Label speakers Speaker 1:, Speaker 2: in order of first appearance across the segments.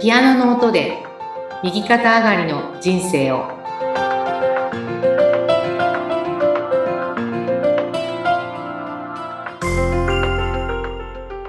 Speaker 1: ピアノの音で右肩上がりの人生を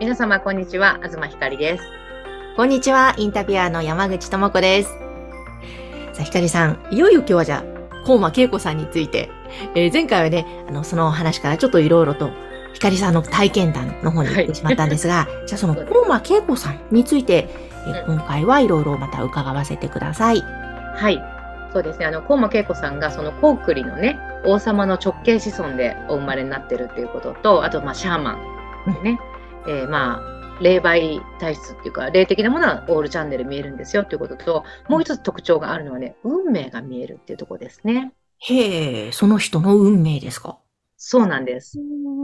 Speaker 1: 皆様こんにちは東ひかりです
Speaker 2: こんにちは、インタビュアーの山口智子です。さあ、ひかりさん、いよいよ今日はじゃあ、高間恵子さんについて、えー前回はね、あの、そのお話からちょっといろいろと、ひかりさんの体験談の方に行ってしまったんです が、じゃあその高間恵子さんについて、えー今回はいろいろまた伺わせてください。
Speaker 1: はいそうですねあの高間恵子さんがそのコークリのね王様の直系子孫でお生まれになってるっていうこととあとまあシャーマンでね、えーまあ霊媒体質っていうか霊的なものはオールチャンネル見えるんですよっていうことともう一つ特徴があるのはね運命が見えるっていうところですね
Speaker 2: へえ、その人の運命ですか
Speaker 1: そうなんです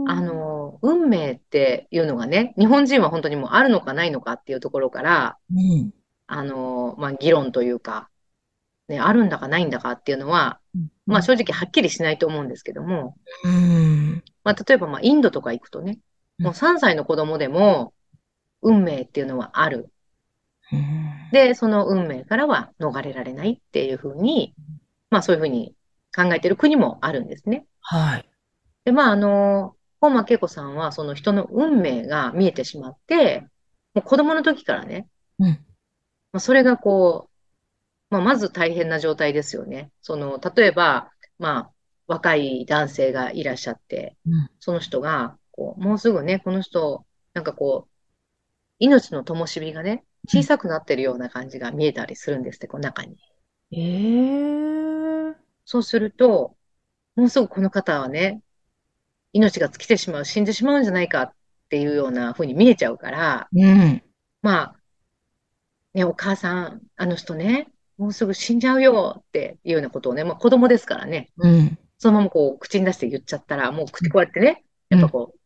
Speaker 1: あ、の運命っていうのがね日本人は本当にもうあるのかないのかっていうところから
Speaker 2: うん。
Speaker 1: あの、まあ、議論というか、ね、あるんだかないんだかっていうのは、まあ、正直はっきりしないと思うんですけども、
Speaker 2: うん。
Speaker 1: まあ、例えばまあインドとか行くとね、もう3歳の子供でも運命っていうのはある。
Speaker 2: うん
Speaker 1: で、その運命からは逃れられないっていうふうに、まあ、そういうふうに考えてる国もあるんですね。
Speaker 2: はい。
Speaker 1: で、まあ、あの、本間恵子さんはその人の運命が見えてしまって、もう子供の時からね、
Speaker 2: うん。
Speaker 1: まあ、それがこう、まあ、まず大変な状態ですよね。その、例えば、まあ、若い男性がいらっしゃって、
Speaker 2: うん
Speaker 1: その人が、こう、もうすぐね、この人、なんかこう、命の灯火がね、小さくなってるような感じが見えたりするんですって、こう中に。
Speaker 2: ええ。
Speaker 1: そうすると、もうすぐこの方はね、命が尽きてしまう、死んでしまうんじゃないかっていうような風に見えちゃうから、
Speaker 2: うん。
Speaker 1: まあ、ね、お母さん、あの人ね、もうすぐ死んじゃうよっていうようなことをね、まあ子供ですからね、
Speaker 2: うん。
Speaker 1: そのままこう口に出して言っちゃったら、もう口こうやってね、やっぱこう、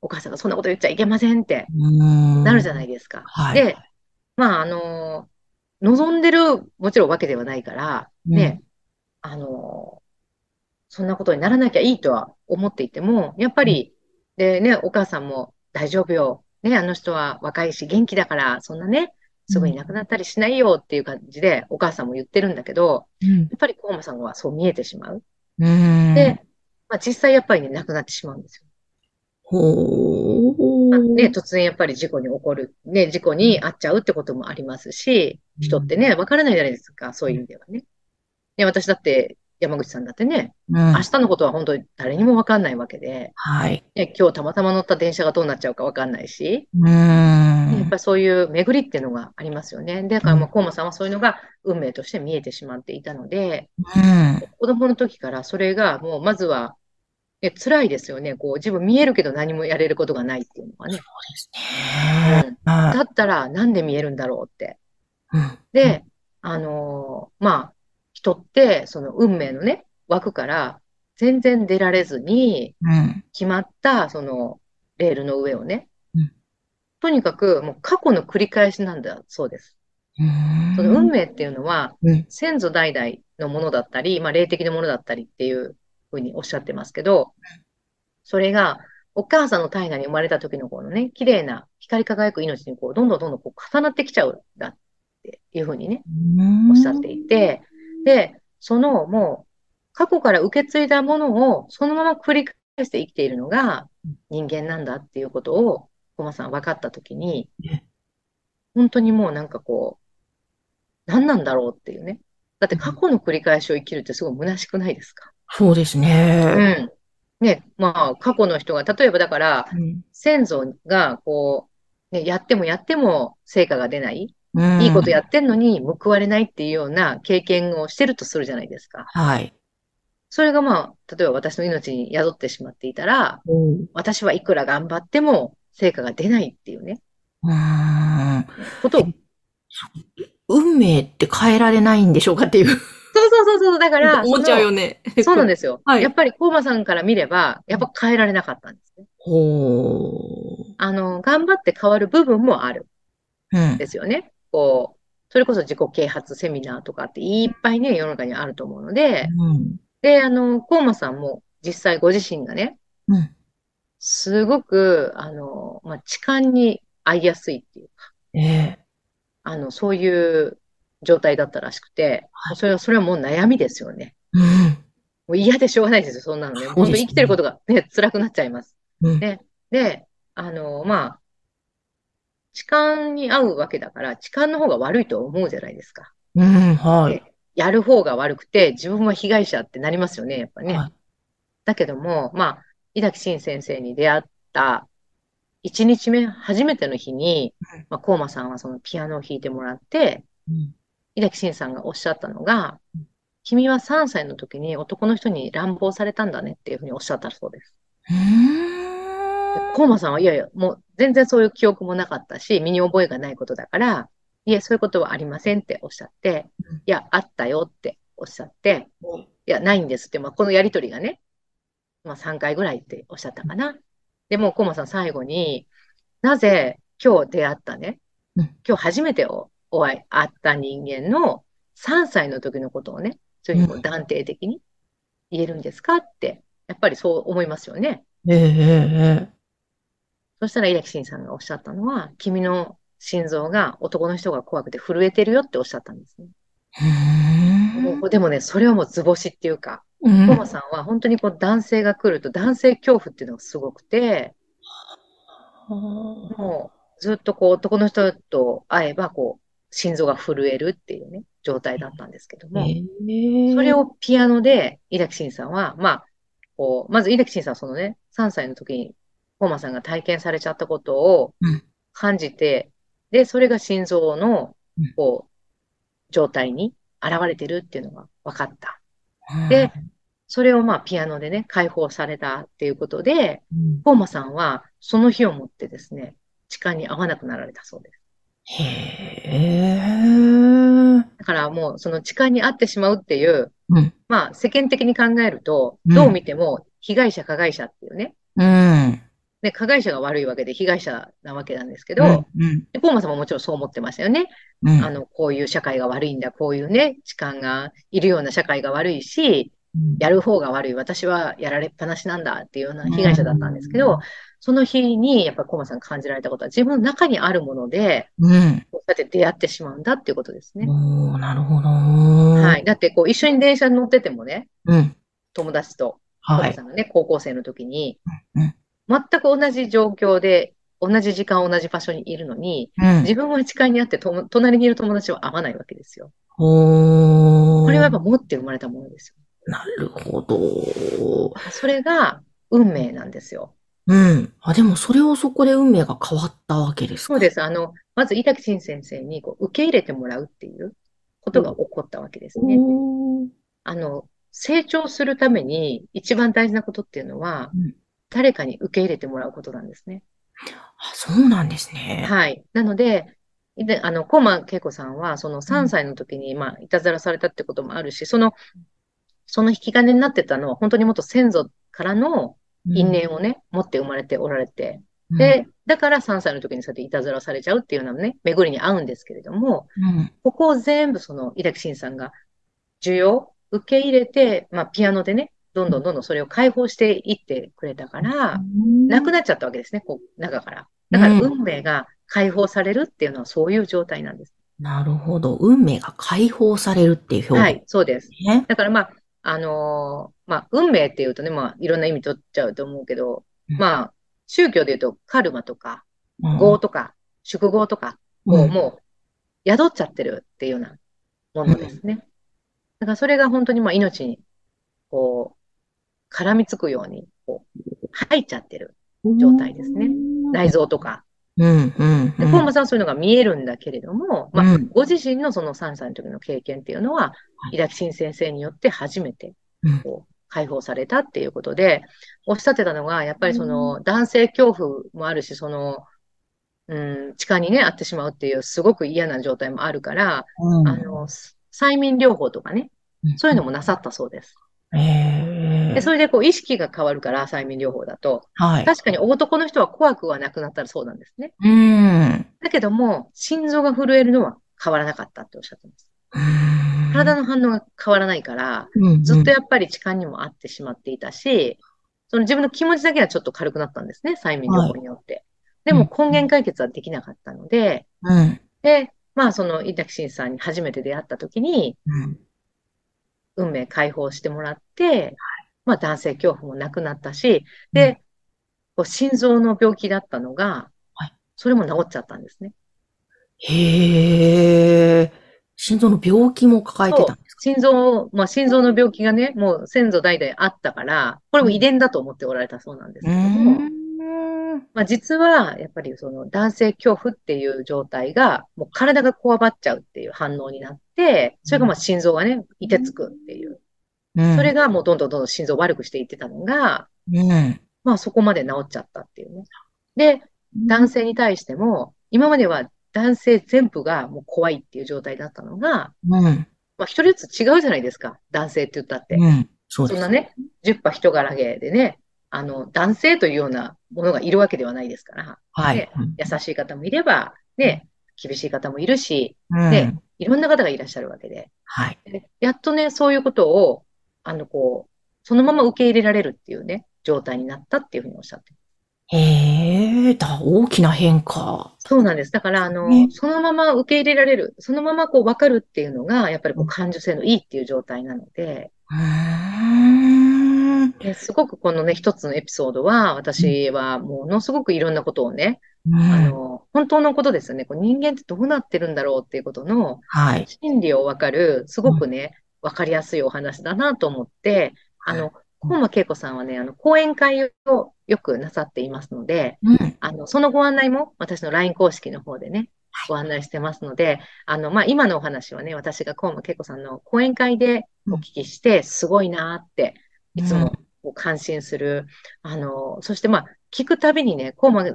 Speaker 1: お母さんがそんなこと言っちゃいけませんってな
Speaker 2: な
Speaker 1: るじゃないいですか。
Speaker 2: はい。
Speaker 1: で、まあ、あのー望んでる、もちろんわけではないから、
Speaker 2: うん
Speaker 1: ね、あのーそんなことにならなきゃいいとは思っていても、やっぱり、でね、お母さんも大丈夫よ。ね、あの人は若いし元気だから、そんなね、すぐに亡くなったりしないよっていう感じで、お母さんも言ってるんだけど、
Speaker 2: うん
Speaker 1: やっぱり河野さんはそう見えてしまう。
Speaker 2: うん
Speaker 1: で、まあ、実際やっぱりね、亡くなってしまうんですよ。
Speaker 2: ほう。
Speaker 1: あね、突然やっぱり事故に起こる、ね、事故に遭っちゃうってこともありますし、人ってね、わからないじゃないですか、そういう意味ではね。ね、私だって、山口さんだってね、
Speaker 2: うん
Speaker 1: 明日のことは本当に誰にもわかんないわけで、
Speaker 2: はい。
Speaker 1: ね、今日たまたま乗った電車がどうなっちゃうかわかんないし、
Speaker 2: う
Speaker 1: やっ
Speaker 2: ん
Speaker 1: ぱ。りそういう巡りっていうのがありますよね。だから、まあ、河野さんはそういうのが運命として見えてしまっていたので、
Speaker 2: うん
Speaker 1: 子供の時からそれがもう、まずは、ね、辛いですよね。こう、自分見えるけど何もやれることがないっていうのはね。
Speaker 2: ねえ
Speaker 1: うん
Speaker 2: はい
Speaker 1: だったらなんで見えるんだろうって。
Speaker 2: うん
Speaker 1: で、あのーまあ、人って、その運命のね、枠から全然出られずに、
Speaker 2: うん
Speaker 1: 決まった、その、レールの上をね
Speaker 2: うん、
Speaker 1: とにかく、もう過去の繰り返しなんだそうです。
Speaker 2: うん
Speaker 1: その運命っていうのは、
Speaker 2: うん
Speaker 1: 先祖代々のものだったり、まあ、霊的なものだったりっていうふうにおっしゃってますけど、それが、お母さんの体内に生まれた時のこのね、綺麗な光り輝く命にこう、どんどんどんどんこう重なってきちゃうんだっていうふうにね、おっしゃっていて、で、そのもう、過去から受け継いだものをそのまま繰り返して生きているのが人間なんだっていうことを、コマさん分かった時に
Speaker 2: ね、
Speaker 1: 本当にもうなんかこう、何なんだろうっていうね。だって過去の繰り返しを生きるってすごい虚しくないですか。
Speaker 2: そうです
Speaker 1: う
Speaker 2: ね。
Speaker 1: ん。ね、まあ、過去の人が、例えばだから、先祖がこう、ね、やってもやっても成果が出ない。いいこと
Speaker 2: や。
Speaker 1: やってんのに報われないっていうような経験をしてるとするじゃないですか。
Speaker 2: はい。
Speaker 1: それがまあ、例えば私の命に宿ってしまっていたら、私はいくら頑張っても成果が出ないっていうね、
Speaker 2: うん
Speaker 1: ことを。そう
Speaker 2: 運命って変えられないんでしょうかっていう
Speaker 1: そうそうそう、だから、
Speaker 2: 思っちゃうよね。
Speaker 1: そのそうなん
Speaker 2: す。
Speaker 1: ですよ。
Speaker 2: はい
Speaker 1: やっぱり、コウマさんから見れば、やっぱ変えられなかったんですね。
Speaker 2: ほう。
Speaker 1: あの、頑張って変わる部分もある
Speaker 2: うん
Speaker 1: んですよね。こう、それこそ自己啓発セミナーとかっていっぱいね、世の中にあると思うので、
Speaker 2: うん
Speaker 1: で、あの、コウマさんも実際ご自身がね、
Speaker 2: うん
Speaker 1: すごく、あの、まあ、痴漢に遭いやすいっていうか、
Speaker 2: ええ
Speaker 1: あの、そういう状態だったらしくて、
Speaker 2: はい
Speaker 1: それは、それはもう悩みですよね。
Speaker 2: うん。
Speaker 1: もう嫌でしょうがないですよ、そんなのね。
Speaker 2: そうですね
Speaker 1: 本当に生きてることがね、辛くなっちゃいます。
Speaker 2: うん。
Speaker 1: ねで、あの、まあ、痴漢に合うわけだから、痴漢の方が悪いと思うじゃないですか。
Speaker 2: うん。はい。
Speaker 1: やる方が悪くて、自分は被害者ってなりますよね、やっぱね。
Speaker 2: はい
Speaker 1: だけども、まあ、井崎慎先生に出会った1日目、初めての日に
Speaker 2: うん、
Speaker 1: まあ、コーマさんはそのピアノを弾いてもらって、
Speaker 2: うん。
Speaker 1: 井崎慎さんがおっしゃったのが
Speaker 2: うん、
Speaker 1: 君は3歳の時に男の人に乱暴されたんだねっていうふうにおっしゃったそうです。
Speaker 2: う
Speaker 1: で
Speaker 2: ーん
Speaker 1: コーマさんは、いやいや、もう全然そういう記憶もなかったし、身に覚えがないことだから、いえ、そういうことはありませんっておっしゃって
Speaker 2: うん、
Speaker 1: いや、あったよっておっしゃって、いや、ないんですって、まあ、このやりとりがね、まあ、3回ぐらいっておっしゃったかな。でもう、コマさん最後に、なぜ今日出会ったね
Speaker 2: うん、
Speaker 1: 今日初めておお会い、会った人間の3歳の時のことをね、そういうふうにこう断定的に言えるんですかって、やっぱりそう思いますよね。
Speaker 2: ええええ
Speaker 1: そしたら、井崎慎さんがおっしゃったのは、君の心臓が男の人が怖くて震えてるよっておっしゃったんですね。
Speaker 2: うーん
Speaker 1: もうでもね、それはもう図星っていうか、
Speaker 2: うん
Speaker 1: コマさんは本当にこう男性が来ると男性恐怖っていうのがすごくて、もうずっとこう男の人と会えばこう心臓が震えるっていうね、状態だったんですけども、
Speaker 2: ええ
Speaker 1: それをピアノで井崎慎さんは、まあ、こう、まず井崎慎さんはそのね、3歳の時にコマさんが体験されちゃったことを
Speaker 2: うん
Speaker 1: 感じて、で、それが心臓の
Speaker 2: うん
Speaker 1: こう、状態に現れてるっていうのが分かった。で、それをまあピアノでね、解放されたっていうことで、
Speaker 2: うん
Speaker 1: コーマさんはその日をもってですね、痴漢に合わなくなられたそうです。
Speaker 2: へえ
Speaker 1: だからもうその痴漢に合ってしまうっていう、
Speaker 2: うん
Speaker 1: まあ世間的に考えると、
Speaker 2: うん
Speaker 1: どう見ても被害者加害者っていうね、
Speaker 2: うん
Speaker 1: で加害者が悪いわけで被害者なわけなんですけど、
Speaker 2: うん
Speaker 1: でコーマさんももちろんそう思ってましたよね。
Speaker 2: うん
Speaker 1: あの、こういう社会が悪いんだ、こういうね、痴漢がいるような社会が悪いし、
Speaker 2: うん
Speaker 1: やる方が悪い、私はやられっぱなしなんだっていうような被害者だったんですけど、その日にやっぱりコマさん感じられたことは自分の中にあるもので、
Speaker 2: うん
Speaker 1: こうやって出会ってしまうんだっていうことですね。
Speaker 2: おーなるほど
Speaker 1: はい。だってこう一緒に電車に乗っててもね、
Speaker 2: うん
Speaker 1: 友達と、コ
Speaker 2: は
Speaker 1: マ
Speaker 2: い
Speaker 1: さんがね、高校生の時に
Speaker 2: うん、
Speaker 1: 全く同じ状況で、同じ時間、同じ場所にいるのに、
Speaker 2: うん
Speaker 1: 自分は痴漢にあってとも、隣にいる友達は会わないわけですよ。
Speaker 2: おー
Speaker 1: これはやっぱ持って生まれたものですよ。
Speaker 2: なるほど
Speaker 1: それが運命なんですよ。
Speaker 2: うんあでもそれをそこで運命が変わったわけですか
Speaker 1: そうです。あの、まず、井滝新先生にこう受け入れてもらうっていうことが起こったわけですね。
Speaker 2: おー
Speaker 1: あの、成長するために一番大事なことっていうのは
Speaker 2: うん、
Speaker 1: 誰かに受け入れてもらうことなんですね。
Speaker 2: あそうなんですね
Speaker 1: はい。なので、で、あの、コマ恵子さんは、その3歳の時に、まあ、いたずらされたってこともあるし、その、その引き金になってたのは、本当にもっと先祖からの因縁をね、持って生まれておられて、
Speaker 2: うん
Speaker 1: で、だから3歳の時にそうやっていたずらされちゃうっていうのはね、巡りに合うんですけれども、
Speaker 2: うん
Speaker 1: ここを全部その、井崎慎さんが需要、受け入れて、まあ、ピアノでね、どんどんどんどんそれを解放していってくれたから、なくなっちゃったわけですね、こう、中から。だから、
Speaker 2: うん
Speaker 1: 運命が解放されるっていうのはそういう状態なんです。
Speaker 2: なるほど。運命が解放されるっていう
Speaker 1: は
Speaker 2: 表現
Speaker 1: い、そうです。
Speaker 2: ね。
Speaker 1: だからまあ、あのーまあ、運命っていうとね、まあ、いろんな意味取っちゃうと思うけど
Speaker 2: うん、
Speaker 1: まあ、宗教で言うと、カルマとか、
Speaker 2: うん
Speaker 1: 業とか、宿業とか、
Speaker 2: う
Speaker 1: こう、
Speaker 2: ん
Speaker 1: もう、宿っちゃってるっていうようなものですね。だからそれが本当にまあ命に、こう、絡みつくように、こう、入っちゃってる。状態ですね。内臓とか。
Speaker 2: うん、うん、
Speaker 1: で、
Speaker 2: うん
Speaker 1: コウマさんはそういうのが見えるんだけれども、まあ、
Speaker 2: うん
Speaker 1: ご自身のその3歳の時の経験っていうのは、
Speaker 2: い
Speaker 1: 井崎新先生によって初めて
Speaker 2: うん、
Speaker 1: こう、解放されたっていうことで、おっしゃってたのが、やっぱりその、男性恐怖もあるし、その、うん、地下にね、あってしまうっていう、すごく嫌な状態もあるから、
Speaker 2: うん
Speaker 1: あの、催眠療法とかね、そういうのもなさったそうです。
Speaker 2: へ
Speaker 1: で、
Speaker 2: え
Speaker 1: それでこう意識が変わるから、催眠療法だと。
Speaker 2: はい。
Speaker 1: 確かに男の人は怖くはなくなったらそうなんですね。
Speaker 2: うん。
Speaker 1: だけども、心臓が震えるのは変わらなかったっておっしゃってます。体の反応が変わらないから、
Speaker 2: の
Speaker 1: ずっとやっぱり痴漢にも合ってしまっていたし、その自分の気持ちだけはちょっと軽くなったんですね、催眠療法によって。でも根源解決はできなかったので、
Speaker 2: うん、
Speaker 1: で、まあ、その、イタキシンさんに初めて出会った時に、
Speaker 2: うん。
Speaker 1: 運命解放してもらって、まあ、男性恐怖もなくなったし、
Speaker 2: うん
Speaker 1: で、こう心臓の病気だったのが
Speaker 2: はい、
Speaker 1: それも治っちゃったんですね。
Speaker 2: へえ。心臓の病気も抱えてたんです
Speaker 1: 心臓、まあ、心臓の病気がね、もう先祖代々あったから、これも遺伝だと思っておられたそうなんです
Speaker 2: か
Speaker 1: けども、まあ、実は、やっぱりその男性恐怖っていう状態が、もう体がこわばっちゃうっていう反応になって、それがまあ心臓がね、凍てつくっていう。
Speaker 2: うん
Speaker 1: それがもうどんどんどんどん心臓を悪くしていってたのが、
Speaker 2: うん。
Speaker 1: まあそこまで治っちゃったっていうね。で、男性に対しても、今までは男性全部がもう怖いっていう状態だったのが、
Speaker 2: うん。
Speaker 1: まあ一人ずつ違うじゃないですか、男性って言ったって。
Speaker 2: うん。そう
Speaker 1: そ
Speaker 2: で
Speaker 1: ん
Speaker 2: す
Speaker 1: な。ね、10羽人柄芸でね、あの、男性というようなものがいるわけではないですから、
Speaker 2: はい
Speaker 1: ね。優しい方もいれば、ね、厳しい方もいるし、
Speaker 2: うん
Speaker 1: でいろんな方がいらっしゃるわけで、
Speaker 2: はい。
Speaker 1: でやっとね、そういうことを、あの、こう、そのまま受け入れられるっていうね、状態になったっていうふうにおっしゃって。
Speaker 2: へえ、だ、大きな変化。
Speaker 1: そうなんです。だから、あの、
Speaker 2: ね
Speaker 1: そのまま受け入れられる、そのままこう分かるっていうのが、やっぱりこう感受性のいいっていう状態なので、
Speaker 2: うーん。
Speaker 1: ですごくこのね、一つのエピソードは、私はものすごくいろんなことをね、あの、本当のことですよね。こう人間ってどうなってるんだろうっていうことの
Speaker 2: はい。
Speaker 1: 心理をわかる、すごくね、わかりやすいお話だなと思って、あの、小間恵子さんはね、あの、講演会をよくなさっていますので、
Speaker 2: うん。
Speaker 1: あの、そのご案内も私の LINE 公式の方でね、ご案内してますので、あの、まあ、今のお話はね、私が小間恵子さんの講演会でお聞きして、すごいなーって、いつもこう感心する。あの、そしてまあ、聞くたびにね、コーマ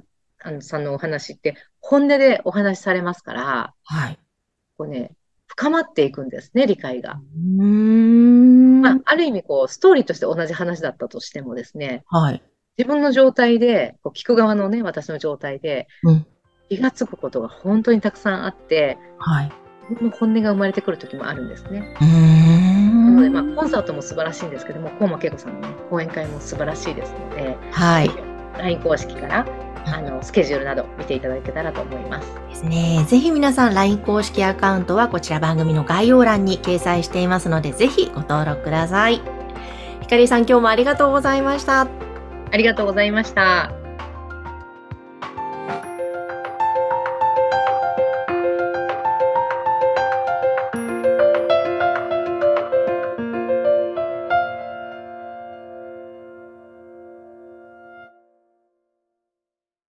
Speaker 1: あのさんのお話って本音でお話しされますから、
Speaker 2: はい。
Speaker 1: こうね、深まっていくんですね、理解が。
Speaker 2: うーん。
Speaker 1: まあ、ある意味こう、ストーリーとして同じ話だったとしてもですね、
Speaker 2: はい。
Speaker 1: 自分の状態で、こう聞く側のね、私の状態で
Speaker 2: うん、
Speaker 1: 気がつくことが本当にたくさんあって、
Speaker 2: はい。
Speaker 1: 自分の本音が生まれてくる時もあるんですね。
Speaker 2: うー
Speaker 1: なので、
Speaker 2: ん。
Speaker 1: まあ、コンサートも素晴らしいんですけども、コーマ恵子さんの、ね、講演会も素晴らしいですので、
Speaker 2: はい。
Speaker 1: LINE 公式からあのスケジュールなど見ていただけたらと思います。
Speaker 2: ですね。ぜひ皆さん LINE 公式アカウントはこちら番組の概要欄に掲載していますので、ぜひご登録ください。ひかりさん今日もありがとうございました。
Speaker 1: ありがとうございました。